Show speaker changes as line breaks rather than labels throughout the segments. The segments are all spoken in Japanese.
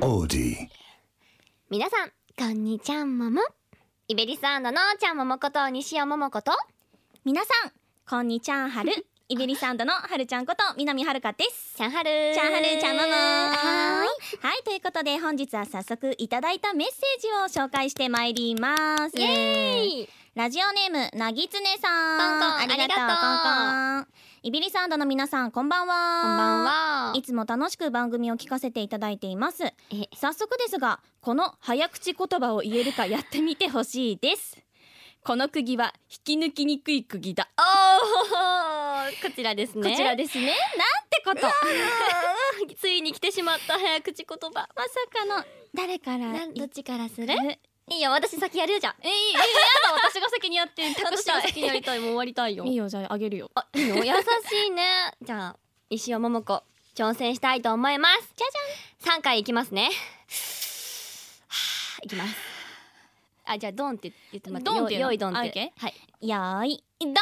オーディ
皆さんこんにちゃんももイベリスアンドのちゃんももこと西尾ももこと
皆さんこんにちははるイベリサンドのはるちゃんこと南はるかです
ちゃんはる
ちゃんはるちゃんもも
はーい
いはいということで本日は早速いただいたメッセージを紹介してまいります
イエーイ
ラジオネームなぎつねさん
コンコン
ありがとう
ありがと
コンコンイベリサンドの皆さんこんばんは
こんばんはい
つも楽しく番組を聞かせていただいています
え
早速ですがこの早口言葉を言えるかやってみてほしいですこの釘は引き抜きにくい釘だ
おーこちらですね
こちらですねなんてことまさ
すついに来てしまった早口言葉
かの誰から
なんどっちからする
え
いいよ私先やるよじゃん
えいいやだ私が先にやって託
私
した
が
い
先にやりたいもう終わりたいよ
いいよじゃああげるよ
あいいの優しいね じゃあ西尾桃子挑戦したいと思いますじゃじゃん三回いきますねは あいきますあじゃあドンって言ってもらって
ドンってい
よい
うの
よいドンっ
あオ
て
ッケー
はい
よーいどん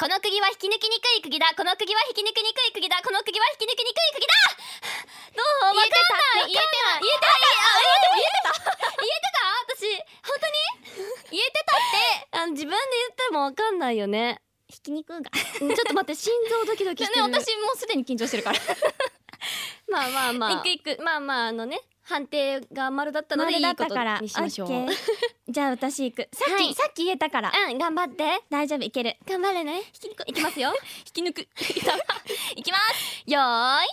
この釘は引き抜きにくい釘だこの釘は引き抜きにくい釘だこの釘は引き抜きにくい釘だどうわかんない言えてない言えてない言えてない言えてた言えてた私本当に言えてたってあの自分で言ってもわかんないよね
ひき肉が
ちょっと待って心臓ドキドキ
ね
してる、
私もうすでに緊張してるから
まあまあまあ
いくいく
まあまああのね判定が丸だったのでいいことにしましょう
オッ ケーじゃあ私行くさっき、
はい
さっき言えたから
うん頑張って
大丈夫いける
頑張るねいきます よ
引き抜くいきます
よーい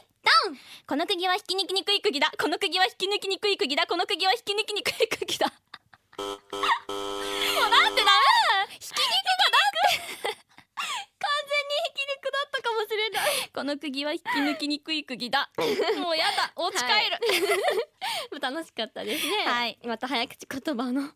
この釘は引き抜きにくい釘だこの釘は引き抜きにくい釘だこの釘は引き抜きにくい釘だもうなんでだ引き抜き
引き抜くだったかもしれない
この釘は引き抜きにくい釘だ もうやだお家帰る、
楽しかったですね
はい
また早口言葉の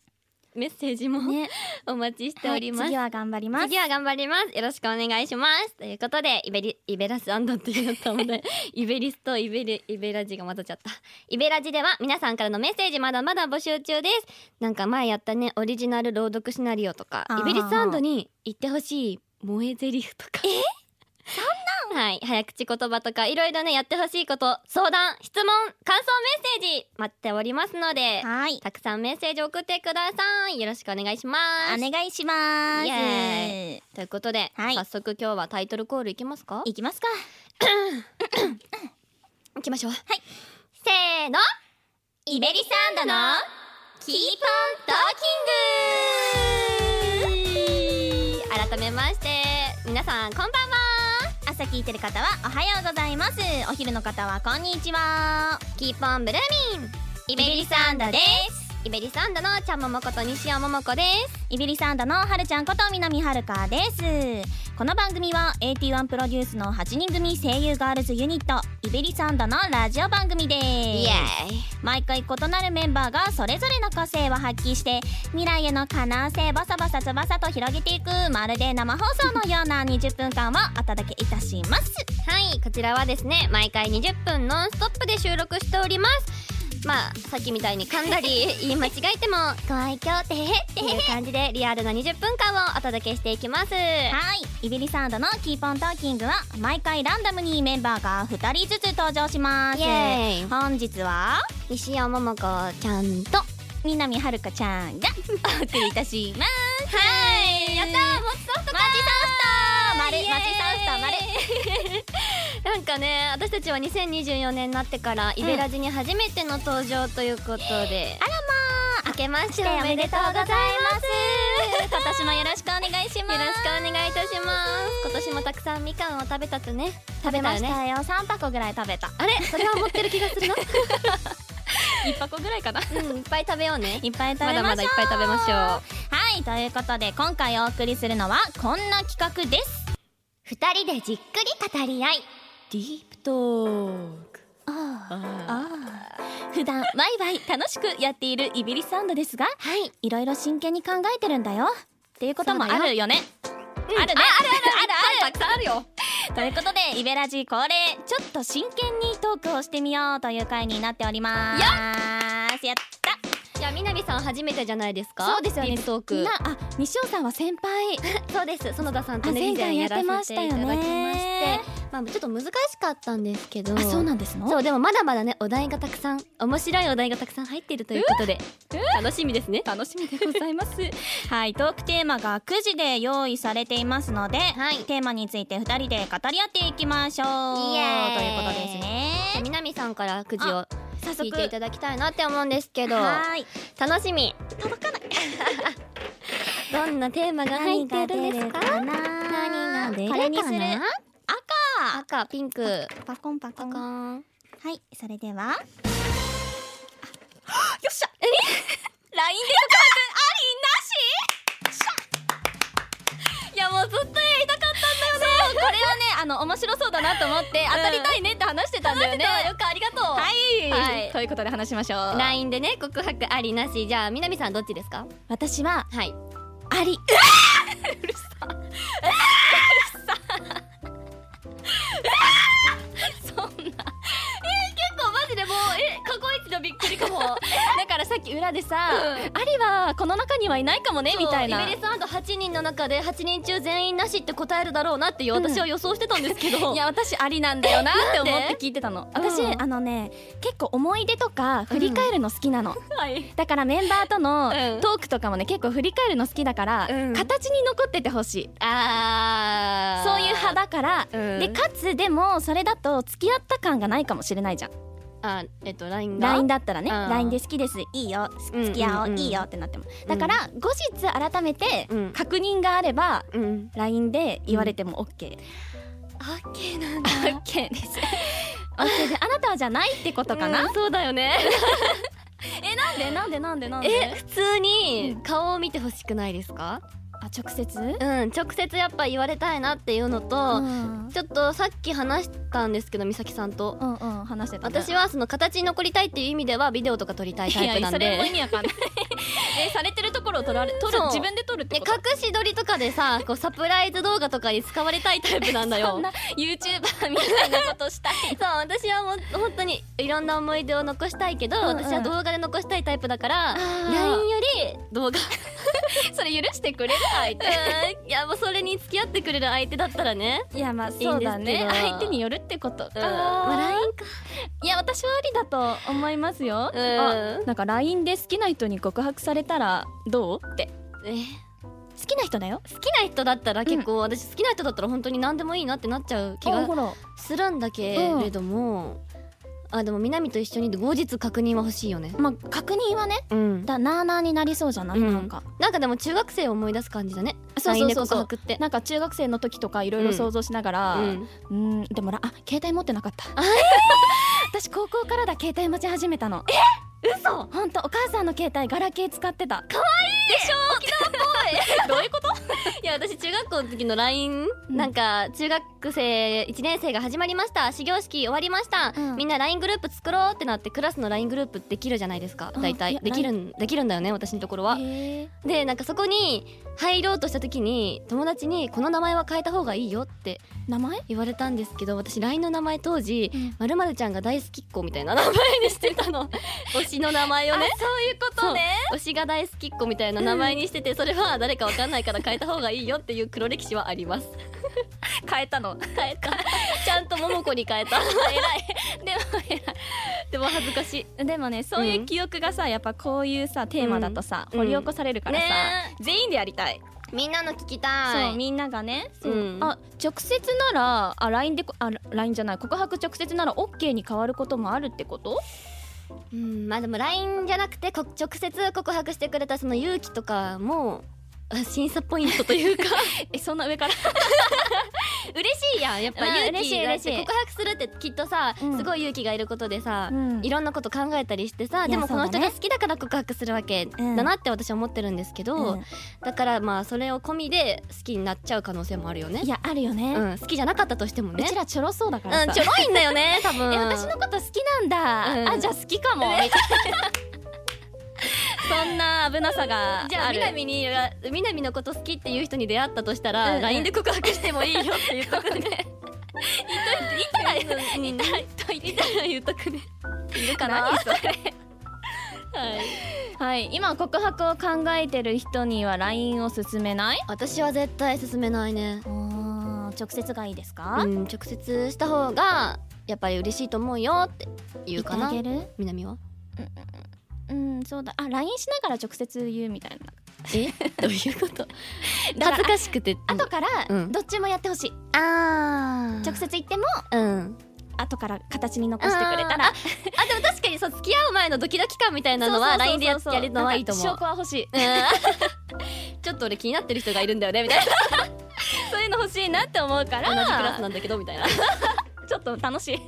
メッセージも、
ね、
お待ちしております、
はい次は頑張ります
次は頑張りますよろしくお願いしますということでイベリイベラスアンドってなったので イベリスとイベリイベラジが混ざっちゃったイベラジでは皆さんからのメッセージまだまだ募集中ですなんか前やったねオリジナル朗読シナリオとか
あー
イベリスアンドに言ってほしい萌え台詞とかえそん なんはい早口言葉とかいろいろねやってほしいこと相談質問感想メッセージ待っておりますので
はい
たくさんメッセージ送ってくださいよろしくお願いします
お願いします
イエということで、
はい
早速今日はタイトルコールいきますか
いきますか
いきましょうはいせーのイベリサンドのキーポントーキング改めまして皆さんこんばんは
朝聞いてる方はおはようございますお昼の方はこんにちは
キーポンブルーミンイベリサンドですイベリサンドのちゃんももこと西尾ももこです
イビリサンドのはるちゃんこと南はるかですこの番組は AT1 プロデュースの8人組声優ガールズユニットイビリサンドのラジオ番組です
イエーイ
毎回異なるメンバーがそれぞれの個性を発揮して未来への可能性バサバサ翼と広げていくまるで生放送のような20分間をお届けいたします
はいこちらはですね毎回20分ノンストップで収録しておりますまあさっきみたいに噛ん だり言い間違えてもご愛嬌てへへっていう感じでリアルな20分間をお届けしていきますは
はいイビリサンドのキーポントーキングは毎回ランダムにメンバーが2人ずつ登場します
イエーイ
本日は
西尾桃子ちゃんとは
南はるかちゃんがお送りいたします
いやったーもっと
マジソフトマ
イエーイ
マジソフトマル
なんかね私たちは2024年になってからイベラジに初めての登場ということで、あらまあ明けましておめでとうございます
今年もよろしくお願いします
よろしくお願いいたします。今年もたくさんみかんを食べたとね。食
食べ
べた
ま
よ
し
ね。
たよ3箱ぐらい食べた
あれ、それは持ってる気がする な。
1箱ぐらいかな
うん、いっぱい食べようね。
いっぱい食べ
ま
ましょう
だまだいっぱい食べましょう。
はいということで今回お送りするのはこんな企画です
二人でじっくり語り合い。ディープトーク。
ああ普段ワイワイ楽しくやっているイビリサンドですが
はい。
いろいろ真剣に考えてるんだよっていうこともあるよね
うん
あるね
あるあるあるある。たくさんあるよ。
ということでイベラジ恒例ちょっと真剣にトークをしてみようという回になっておりますやった
じゃあみなみさん初めてじゃないですか
そうですよね
リープトーク
なあ西尾さんは先輩
そうです園田さんとね
あ
以前やらせていただきま
前回やってま
し
して
まあちょっと難しかったんですけど
あそうなんですの
そうでもまだまだねお題がたくさん面白いお題がたくさん入っているということで
う
楽しみですね
楽しみでござい ますはいトークテーマが9時で用意されていますので、
はい
テーマについて2人で語り合っていきましょう
イエーイ
ということですね
みなみさんからくじを
早
聞いていただきたいなって思うんですけど
はーい
楽しみ届かない どんなテーマが入っているんですか
何が出るか
こ
な
れにする
赤
赤ピンク
パコンパコ
パ
ン
カーン
はいそれではあよっしゃえ LINE で
いやもうずっとやりたかった
そうこ れはねあの面白そうだなと思って当たりたいねって話してたんだよね、
よくありがとう
はい、
はい
ということで話しましょう
LINE でね告白ありなしじゃあみなみさんどっちですか
私は
はい
あ り
結構マジでもうえ過去一のびっくりかも
だからさっき裏でさ、
う
ありはこの中にはいないかもねみたいな
イベレスアンド8人の中で8人中全員なしって答えるだろうなっていう私は予想してたんですけど、
いや私ありなんだよなって思っ
なん
て
で
聞いてたの
うん
私、あのね結構思い出とか振り返るの好きなの、
はい
だからメンバーとの
うん
トークとかもね結構振り返るの好きだから、
うん
形に残っててほしい
あー
そういう派だから、
うん
でかつでもそれだと付き合った感がないかもしれないじゃん
あえっと LINE が
LINE だったらね
うん
LINE で好きですいいよ
うん
付き合おう,、
うん
いいよってなってもだから後日改めて
うん
確認があれば
うん
LINE で言われても OK、
オッケーなん
OK です OK であなたはじゃないってことかな、
うんそうだよね
えなんでなんでなんでなんで
え普通に顔を見てほしくないですか
あ直接
うん直接やっぱ言われたいなっていうのと、
うん
ちょっとさっき話したんですけど美咲さんと、
うんうん話してたね
私はその形に残りたいっていう意味ではビデオとか撮りたいタイプなん
いやそれも
で
意味わか んないえされてるところを取られ取る
そう
自分で取るって
で
こと
隠し撮りとかでさこうサプライズ動画とかに使われたいタイプなんだよ
そんな YouTuber みたいなことしたい
そう私はもう本当にいろんな思い出を残したいけど、
うんうん
私は動画で残したいタイプだから
あー
LINE より動画
それ許してくれる相手
うんいやもうそれに付き合ってくれる相手だったらね
いやまあ
いいんですけど
そうだね相手によるってこと
うん
か、
まあ
まあ
LINE か
いや私はありだと思いますよ、
うん
あなんか LINE で好きな人に告白されたらどうって
え
好きな人だよ
好きな人だったら結構、私好きな人だったら本当に何でもいいなってなっちゃう気
あ
が
ほら
するんだけれども、あでも南と一緒にで後日確認は欲しいよね
まあ確認はね
うん
だなあなあになりそうじゃない、
うん
なんか
なんかでも中学生を思い出す感じだね
そうそうそうそう
LINE で告白って
なんか中学生の時とかいろいろ想像しながら、
う
うんん、でもらあ携帯持ってなかった 私高校からだ携帯持ち始めたの
嘘
本当お母さんの携帯ガラケー使ってた
どういうこといや私中学校の時の LINE、
うん
なんか中学生1年生が始まりました始業式終わりました、
うん
みんな LINE グループ作ろうってなってクラスの LINE グループできるじゃないですか
うん
大
い
体
や
できるんできるんだよね私のところは、
へえ
でなんかそこに入ろうとした時に友達に「この名前は変えた方がいいよ」って
名前
言われたんですけど私 LINE の名前当時
うん
「まるまるちゃんが大好きっ子」みたいな名前にしてた の推しの名前をね
そういうこ
そう推しが大好きっ子みたいな名前にしててそれは誰かわかんないから変えた方がいいよっていう黒歴史はあります
変えたの
変えたちゃんと桃子に変えた偉いでも偉いでも恥ずかしい
でもねそういう記憶がさやっぱこういうさテーマだとさ、
うん
掘り起こされるからさ、
ね
全員でやりたい、
みんなの聞きた
そうみんながねそう、
うん
あ直接ならあ LINE でこあ LINE じゃない告白直接なら OK に変わることもあるってこと
うんまあでも LINE じゃなくてこ直接告白してくれたその勇気とかもあ審査ポイントと いうか
えそんな上から
嬉しいやんやっぱ
うん
勇気
嬉しい
だって
嬉しい
告白するってきっとさ、
うん
すごい勇気がいることでさ、
うん
いろんなこと考えたりして
いや
さでもこの
そ
人
うだ
が
ね
好きだから告白するわけ
うん
だなって私は思ってるんですけど、
うん
だからまあそれを込みで好きになっちゃう可能性もあるよね
いやあるよね、
うん、好きじゃなかったとしても
う
ね
ちらちょろそうだから
う
さ、
んちょろいんだよね多分
え私のこと好きなんだ、
うん
あじゃあ好きか もみたいなそんな危なさが
じゃあ
る
南に南のこと好きっていう人に出会ったとしたら、
うんうん
LINE で告白してもいいよって言っと くね言っといて言ったら言っといて言ったら言っとくねいるかな
何
それはい
はい今告白を考えてる人には LINE を勧めない
私は絶対進めないね
あー直接がいいですか、
うん直接した方がやっぱり嬉しいと思うよって言うかな
言ってあげる
南は
うんそうだあ LINE しながら直接言うみたいな
え どういうこと
だ
恥ずかしくて
後から
うん
どっちもやってほしい、
あ
直接言っても
うん
後から形に残してくれたら
あでも確かにそう付き合う前のドキドキ感みたいなのは LINE でややるのはいいと思
なん
う
か証拠は欲しい
うんちょっと俺気になってる人がいるんだよねみた いな
そういうの欲しいなって思うか
同じクラ
ら
スなんだけどみたいな
ちょっと楽しい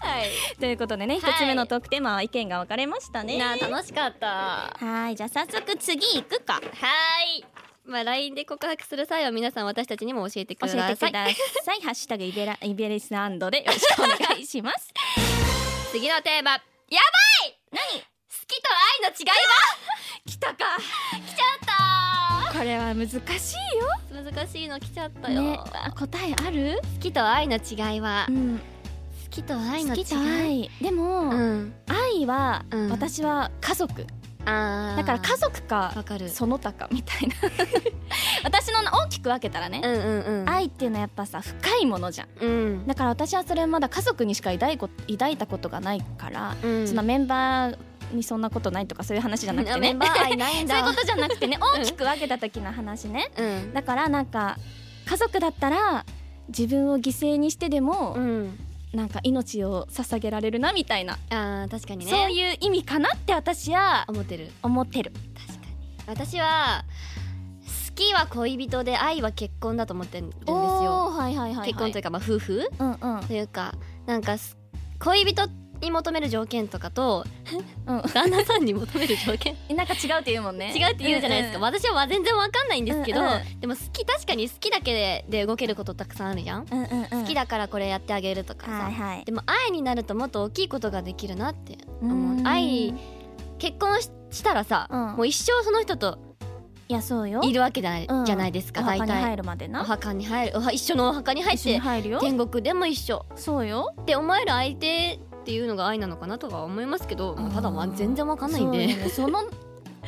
はい
ということでね一、
はい
つ目のトークテーマは意見が分かれましたね
なあ楽しかったは
はいじゃあ早速次行くか
ーいまあ LINE で告白する際は皆さん私たちにも教えてく
教
だ
え
さい
てください「ハッシュタグイベライベリスアンド」でよろしくお願い します
次のテーマやばい何好きと愛の違いは 来たか来ちゃっ
これは難しいよ
た難しいの来ちゃったよ、
ねあ答えある
好きと愛の違いは、
ん
好きと愛の
好
違い
きと愛でも、
うん
愛は、
うん
私は家族
あー
だから家族か
わかる
その他かみたいな 私の大きく分けたらね、
うんうんうん
愛っていうのはやっぱさ深いものじゃん
うん
だから私はそれはまだ家族にしか抱いこ抱いたことがないから、
うん
そんなメンバーにそんなことないとかそういう話じゃなくて
メ
ね
ンバー愛ないん
そう
だ
いう
わ
ことじゃなくてね大きく分けた時の話ね
うん
だからなんか家族だったら自分を犠牲にしてでも、
うん
なんか命を捧げられるなみたいな、
あー確かにね
そういう意味かなって私は
思ってる
思ってる
確かに私は好きは恋人で愛は結婚だと思ってるんですよ
ーはいはいはい、はい、
結婚というかまあ夫婦
うんうん
というかなんかす恋人に求める条件とかと、
うん
旦那さんに求める条 件
なんか違うって言うもんね
違うって言うじゃないですか、
んん
私は全然わかんないんですけど、
うんう
でも好き確かに好きだけで動けることたくさんあるじゃん、
うんうんうん
好きだからこれやってあげるとかさ、
はいはい
でも愛になるともっと大きいことができるなって
う
思うん愛結婚ししたらさ、
うん
もう一生その人と
いやそうよ
いるわけじゃない,、
うん
じゃないですか
お
大
墓に入
体
るまで
お
な
墓に入るおは一緒のお墓に入っ
一緒に
て
入るよ
天国でも一緒
そうよ
って思える相手っていうのが愛なのかなとは思いますけど、まあただまあ
うん
全然わかんないんで
そうよねその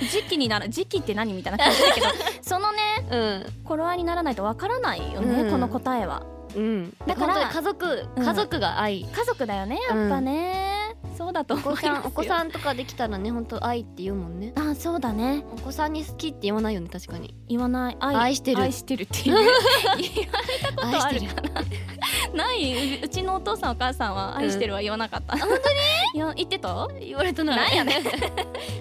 時期になら時期って何みたいな感じだ けどそのね
う
頃合いにならないとわからないよね、
うん
この答えは
ん うん
だか
本
ら
当に家
う
族
ん
家族が愛、
家族だよねやっぱね、そうだと
お
思い
子
ますよ
さんお子さんとかできたらね本当愛って言うもんね
あそうだね
お子さんに好きって言わないよね確かに
言わない愛
愛してる
愛してるっていう 言わ
愛
ある
してる
ないううちのお父さんお母さんは愛してるは言わなかった、 本当に言ってた
言われてない
なんやね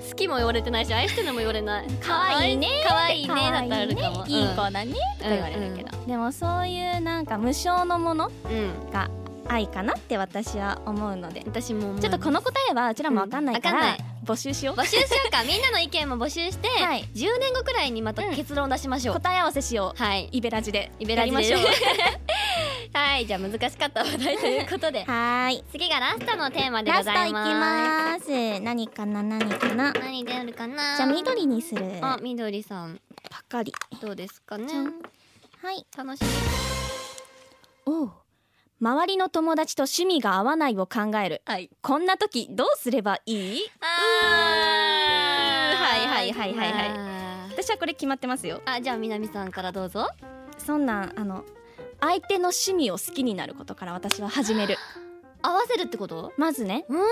好きも言われてないし愛してるのも言われない
可愛いね
可愛いねだったらある
可
か
愛
も
いねいい子だねとか言われるけど、でもそういうなんか無償のもの
うん、うん
が愛かなって私は思うので
私も思い
ちょっとこの答えはうちらも分かんないから、
うんわかん
募集 しよう
募集しようかみんなの意見も募集して、
はい
10年後くらいにまた
うん
結論出しましょう、
答え合わせしよう
はい
イベラジで
イベラジで
やりまし
はいじゃあ難しかった話題ということで
ょうはーい
次がラストのテーマでご
ラスト
ざい
いき
ます
ます何かな何かなじ
何出るかな
ゃあ緑にする
あ
ば
緑さん
かり
どうですかね
じゃんはい
楽しみ
おう周りの友達と趣味が合わないを考える
はい
こんな時どうすればいい
あ
うーはいはいはいはいはい
い
私はこれ決まってますよ
あじゃあ南さんからどうぞ
そんなんあの相手の趣味を好きになることから私は始める
合わせるってこと
まずね
うーん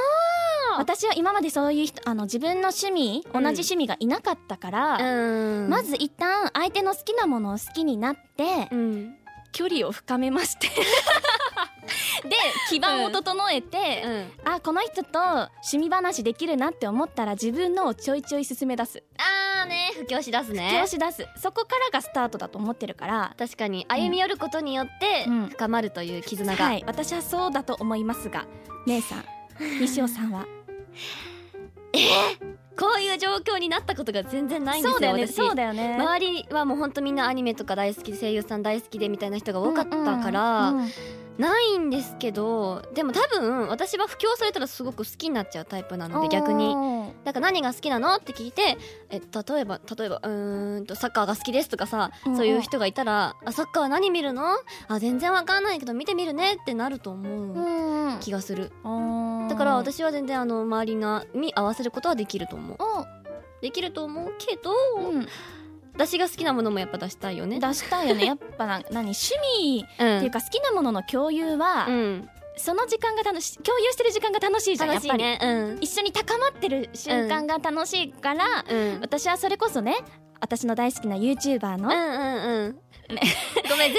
私は今までそういう人あの自分の趣味同
うん
じ趣味がいなかったから、
ん
まず一旦相手の好きなものを好きになって、
うん
距離を深めまし てで基盤を整えて、
うん
あこの人と趣味話できるなって思ったら自分のをちょいちょい進め出す
あーね不教師出すね
手押し出すそこからがスタートだと思ってるから
確かに歩み寄ることによって
うん
深まるという絆が、
はい私はそうだと思いますが姉さ ん西尾さんは
こういう状況になったことが全然ないんですよ
そうだよね
私
そうだよね
周りはもうほんとみんなアニメとか大好きで声優さん大好きでみたいな人が多かったから、
うんうんうん
ないんですけどでも多分私は布教されたらすごく好きになっちゃうタイプなので逆に
おー
だから何が好きなのって聞いてえ例えば例えばうーんとサッカーが好きですとかさ、
うんうん
そういう人がいたらあサッカーは何見るのあ全然わかんないけど見てみるねってなると思う
うん
気がする、
おー
だから私は全然あの周りがに合わせることはできると思う
を、
できると思うけど、
うん、
私が好きなものもやっぱ出したいよね
出したいよねやっぱな何趣味
うん
っていうか好きなものの共有は、
うん
その時間が楽し共有してる時間が楽しいじゃんや
楽
っ
し
ぱ
い
り
ねうん
一緒に高まってる瞬間が楽しいから、
うん
私はそれこそね私の大好きな
う
YouTuber
んう
の、
んうんごめん全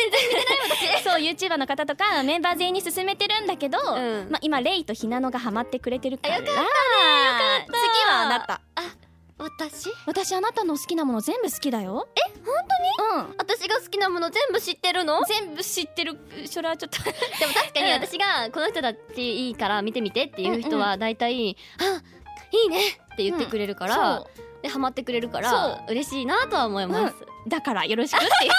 然
そう YouTuber の方とかメンバー全員に勧めてるんだけど、
ん
まあ、今レイとひなのがハマってくれてるから
あよかっ
あ
た
ー次はあなた
私
私あなたの好きなもの全部好きだよえ本
私が好きなもの全部知ってるの
当にうん全部知ってるそれはちょっと
でも確かに
うん
私がこの人たちいいから見てみてっていう人
うん
は大体「あいいね」って言ってくれるから、
そ
でハマってくれるから嬉しいなとは思います、
うだからよろしくっていう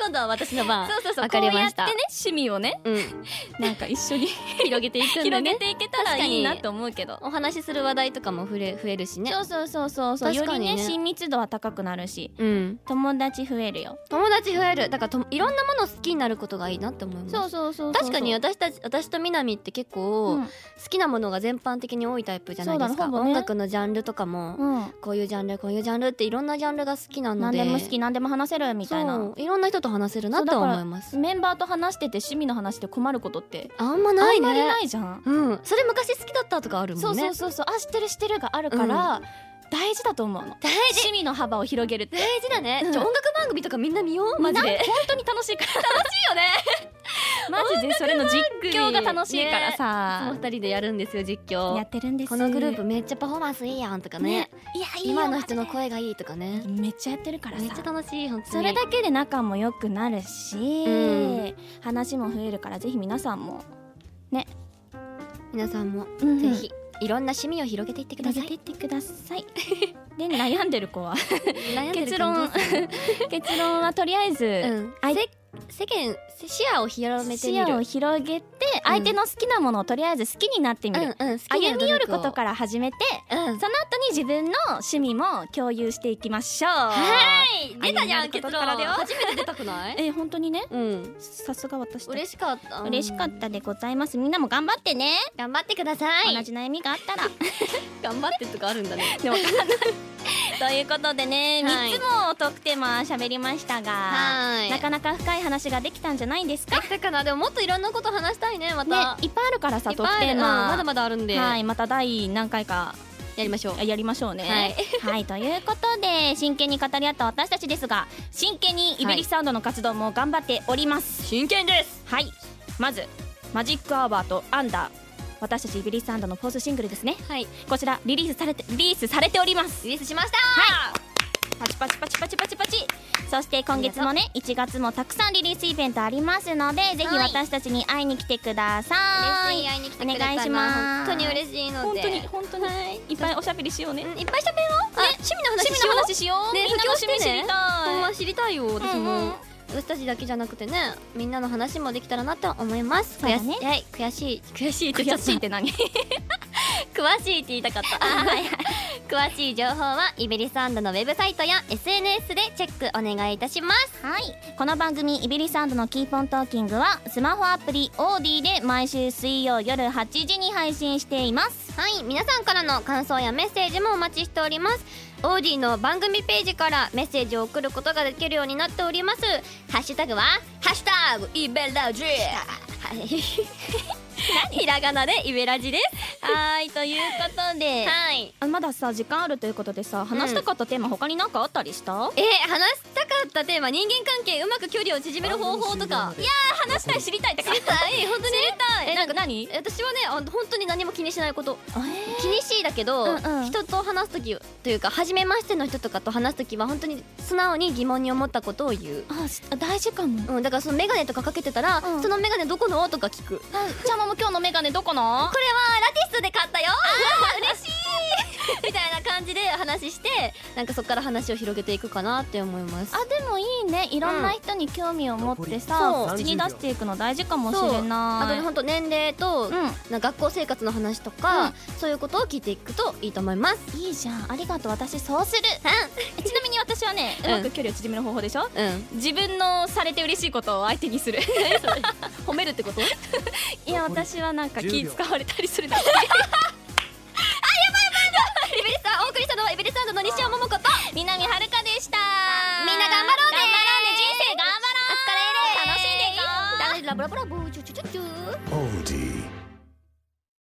今度は私の番
そうそうそう
わかりました
こうやってね趣味をね
うん、
なんか一緒 に
広げていくんだ
広げ
ね
ていけたらいいなと思うけど
お話しする話題とかも増え増えるしね
そうそうそうそうそう、よ
確か
り
にね
ね親密度は高くなるし
うん
友達増えるよ
友達増えるだからといろんなもの好きになることがいいなって思います
そうそうそうそう
確かに私たち私とみなみって結構、
うん
好きなものが全般的に多いタイプじゃないです
そうだ
か、
ねほぼね
音楽のジャンルとかも、
うん
こういうジャンルこういうジャンルっていろんなジャンルが好きなの
何
で
でも好き何でも話せるみたいな
そういろんな人と話せるなとは思います
メンバーと話してて趣味の話で困ることって
あんま
あ
ない
ん
ね
まりないじゃん、
うんそれ昔好きだったとかあるも
そ
ん
う
ね
そうそうそうあ知ってる知ってるがあるから、大事だと思うの
大事
趣味の幅を広げるって
大事だね、
うん
じゃあ音楽番組とかみんな見ようマジ
みん
で
な本当に楽しいから 楽しいよねマジでそれの実況が楽しいから
もう
さ、
二人でやるんですよ実
や
況
ってるんです
このグループめっちゃパフォーマンスいいやんとかね
いやいいよ
今の人の声がいいとかね
めっちゃやってるから
めっちゃ
さ
楽しい本当に
それだけで仲も良くなるし、
うん
話も増えるからぜひ皆さんも、
皆さんも
うん
ぜひいろんな趣味を広げていってくだ
広
さ
げ
い
ていってくださいで悩んでる子は
悩んでる
結
感
論
じです
結論 はとりあえず、
うん
あい
世間視野を広めて
視
みる
野を広げて相手の好きなものをとりあえず好きになってみる、
うんうん、好きな
歩み寄
努
る
力を
ことから始めて
うん
その後に自分の趣味も共有していきましょう
はい出たじゃん
歩み寄
結
ること
論
からだよ
初めて出たくない
え本当にね
うん
さすが私たち
嬉しかった
嬉しかったでございますみんなも頑張ってね、
頑張ってください
同じ悩みがあったら
頑張ってとかあるんだね
でもわかんない ということでね、
は
三
い
3つもトークテーマ喋りましたが
はーい
なかなか深い話ができたんじゃないですか
できたかなでももっといろんなこと話したいねま
ね
た、
いっぱいあるからさ
いっ
トー
ぱ
ク
いあ
テ
るう
ー
んまだ
マ、
まだあるんで、
はいまた第何回か
やりましょう
やりましょうね。はい、ということで真剣に語り合った私たちですが真剣にイベリスサウンドの活動も頑張っております。
真剣です
はい、まずマジックアワーとアンダー私たちイベリスサウンドのフォースシングルですね
はい
こちらリリースされてリリースされております。
リリースしました
パチパチパチパチパチパチそして今月もね1月もたくさんリリースイベントありますのでぜひ
はい
私たちに会いに来てくださ
嬉しい
い。
会いに来てくれた
お願いし
な
ま
本
す
当に嬉しいの
本
で
当に本当にいっぱいおしゃべりしようね。
うんいっぱい喋ろうあ趣味の話
趣味の話しよう。
ね
みんなの趣味
布教し
知
てね
り
ほん
たい
ま。知りたいよ私も、
うんうん
私たちだけじゃなくてねみんなの話もできたらなと思います
そうだね
悔しい悔しい悔しいって言
悔
っ
し
ち
い
ゃ
っ
って
何
詳しいって言いたかった 詳しい情報はイベリスアンドのウェブサイトや SNS でチェックお願いいたします
はいこの番組「イビリサンドのキーポントーキングは」スマホアプリオーディで毎週水曜夜8時に配信しています
はい皆さんからの感想やメッセージもお待ちしておりますオーディの番組ページからメッセージを送ることができるようになっておりますハッシュタグは「ハッシュタグイベラジ」はいひらがなでイベラジです
はいということで
はい
あまださ時間あるということでさ話したかったテーマ他に何かあったりした、
えー話したかったテーマ人間関係うまく距離を縮める方法とかいや
話したい知りたいって
知りたい本当に知りた
えなんか何
私はねあの本当に何も気にしないこと
えー
気にしいだけど、
うんうん
人と話す時というか初めましての人とかと話す時は本当に素直に疑問に思ったことを言う、
あしあ大事かも
うん、だからその眼鏡とかかけてたら、
うん
その眼鏡どこのとか聞くこれは
じゃあママ今日のメガネどこの
ラティストで買ったよ嬉し いみたいな感じで話してなんかそこから話を広げていくかなって思います
あでもいいねいろんな人に興味を持って
うん
さ、
そう
口に出していくの大事かもしれ
あとね
ない
本当年齢と、
うん
なんか学校生活の話とか、そういうことを聞いていくといいと思います
いいじゃんありがとう私そうするちなみに私私はねう
うん
まく距離を縮める方法でしょ、
うん
自分のされて嬉しいことを相手にする
褒めるってこと
いや私はなんか気
10秒
使われたりするだけ
イベリスタお送りしたのはイベリスタンドの西尾桃子と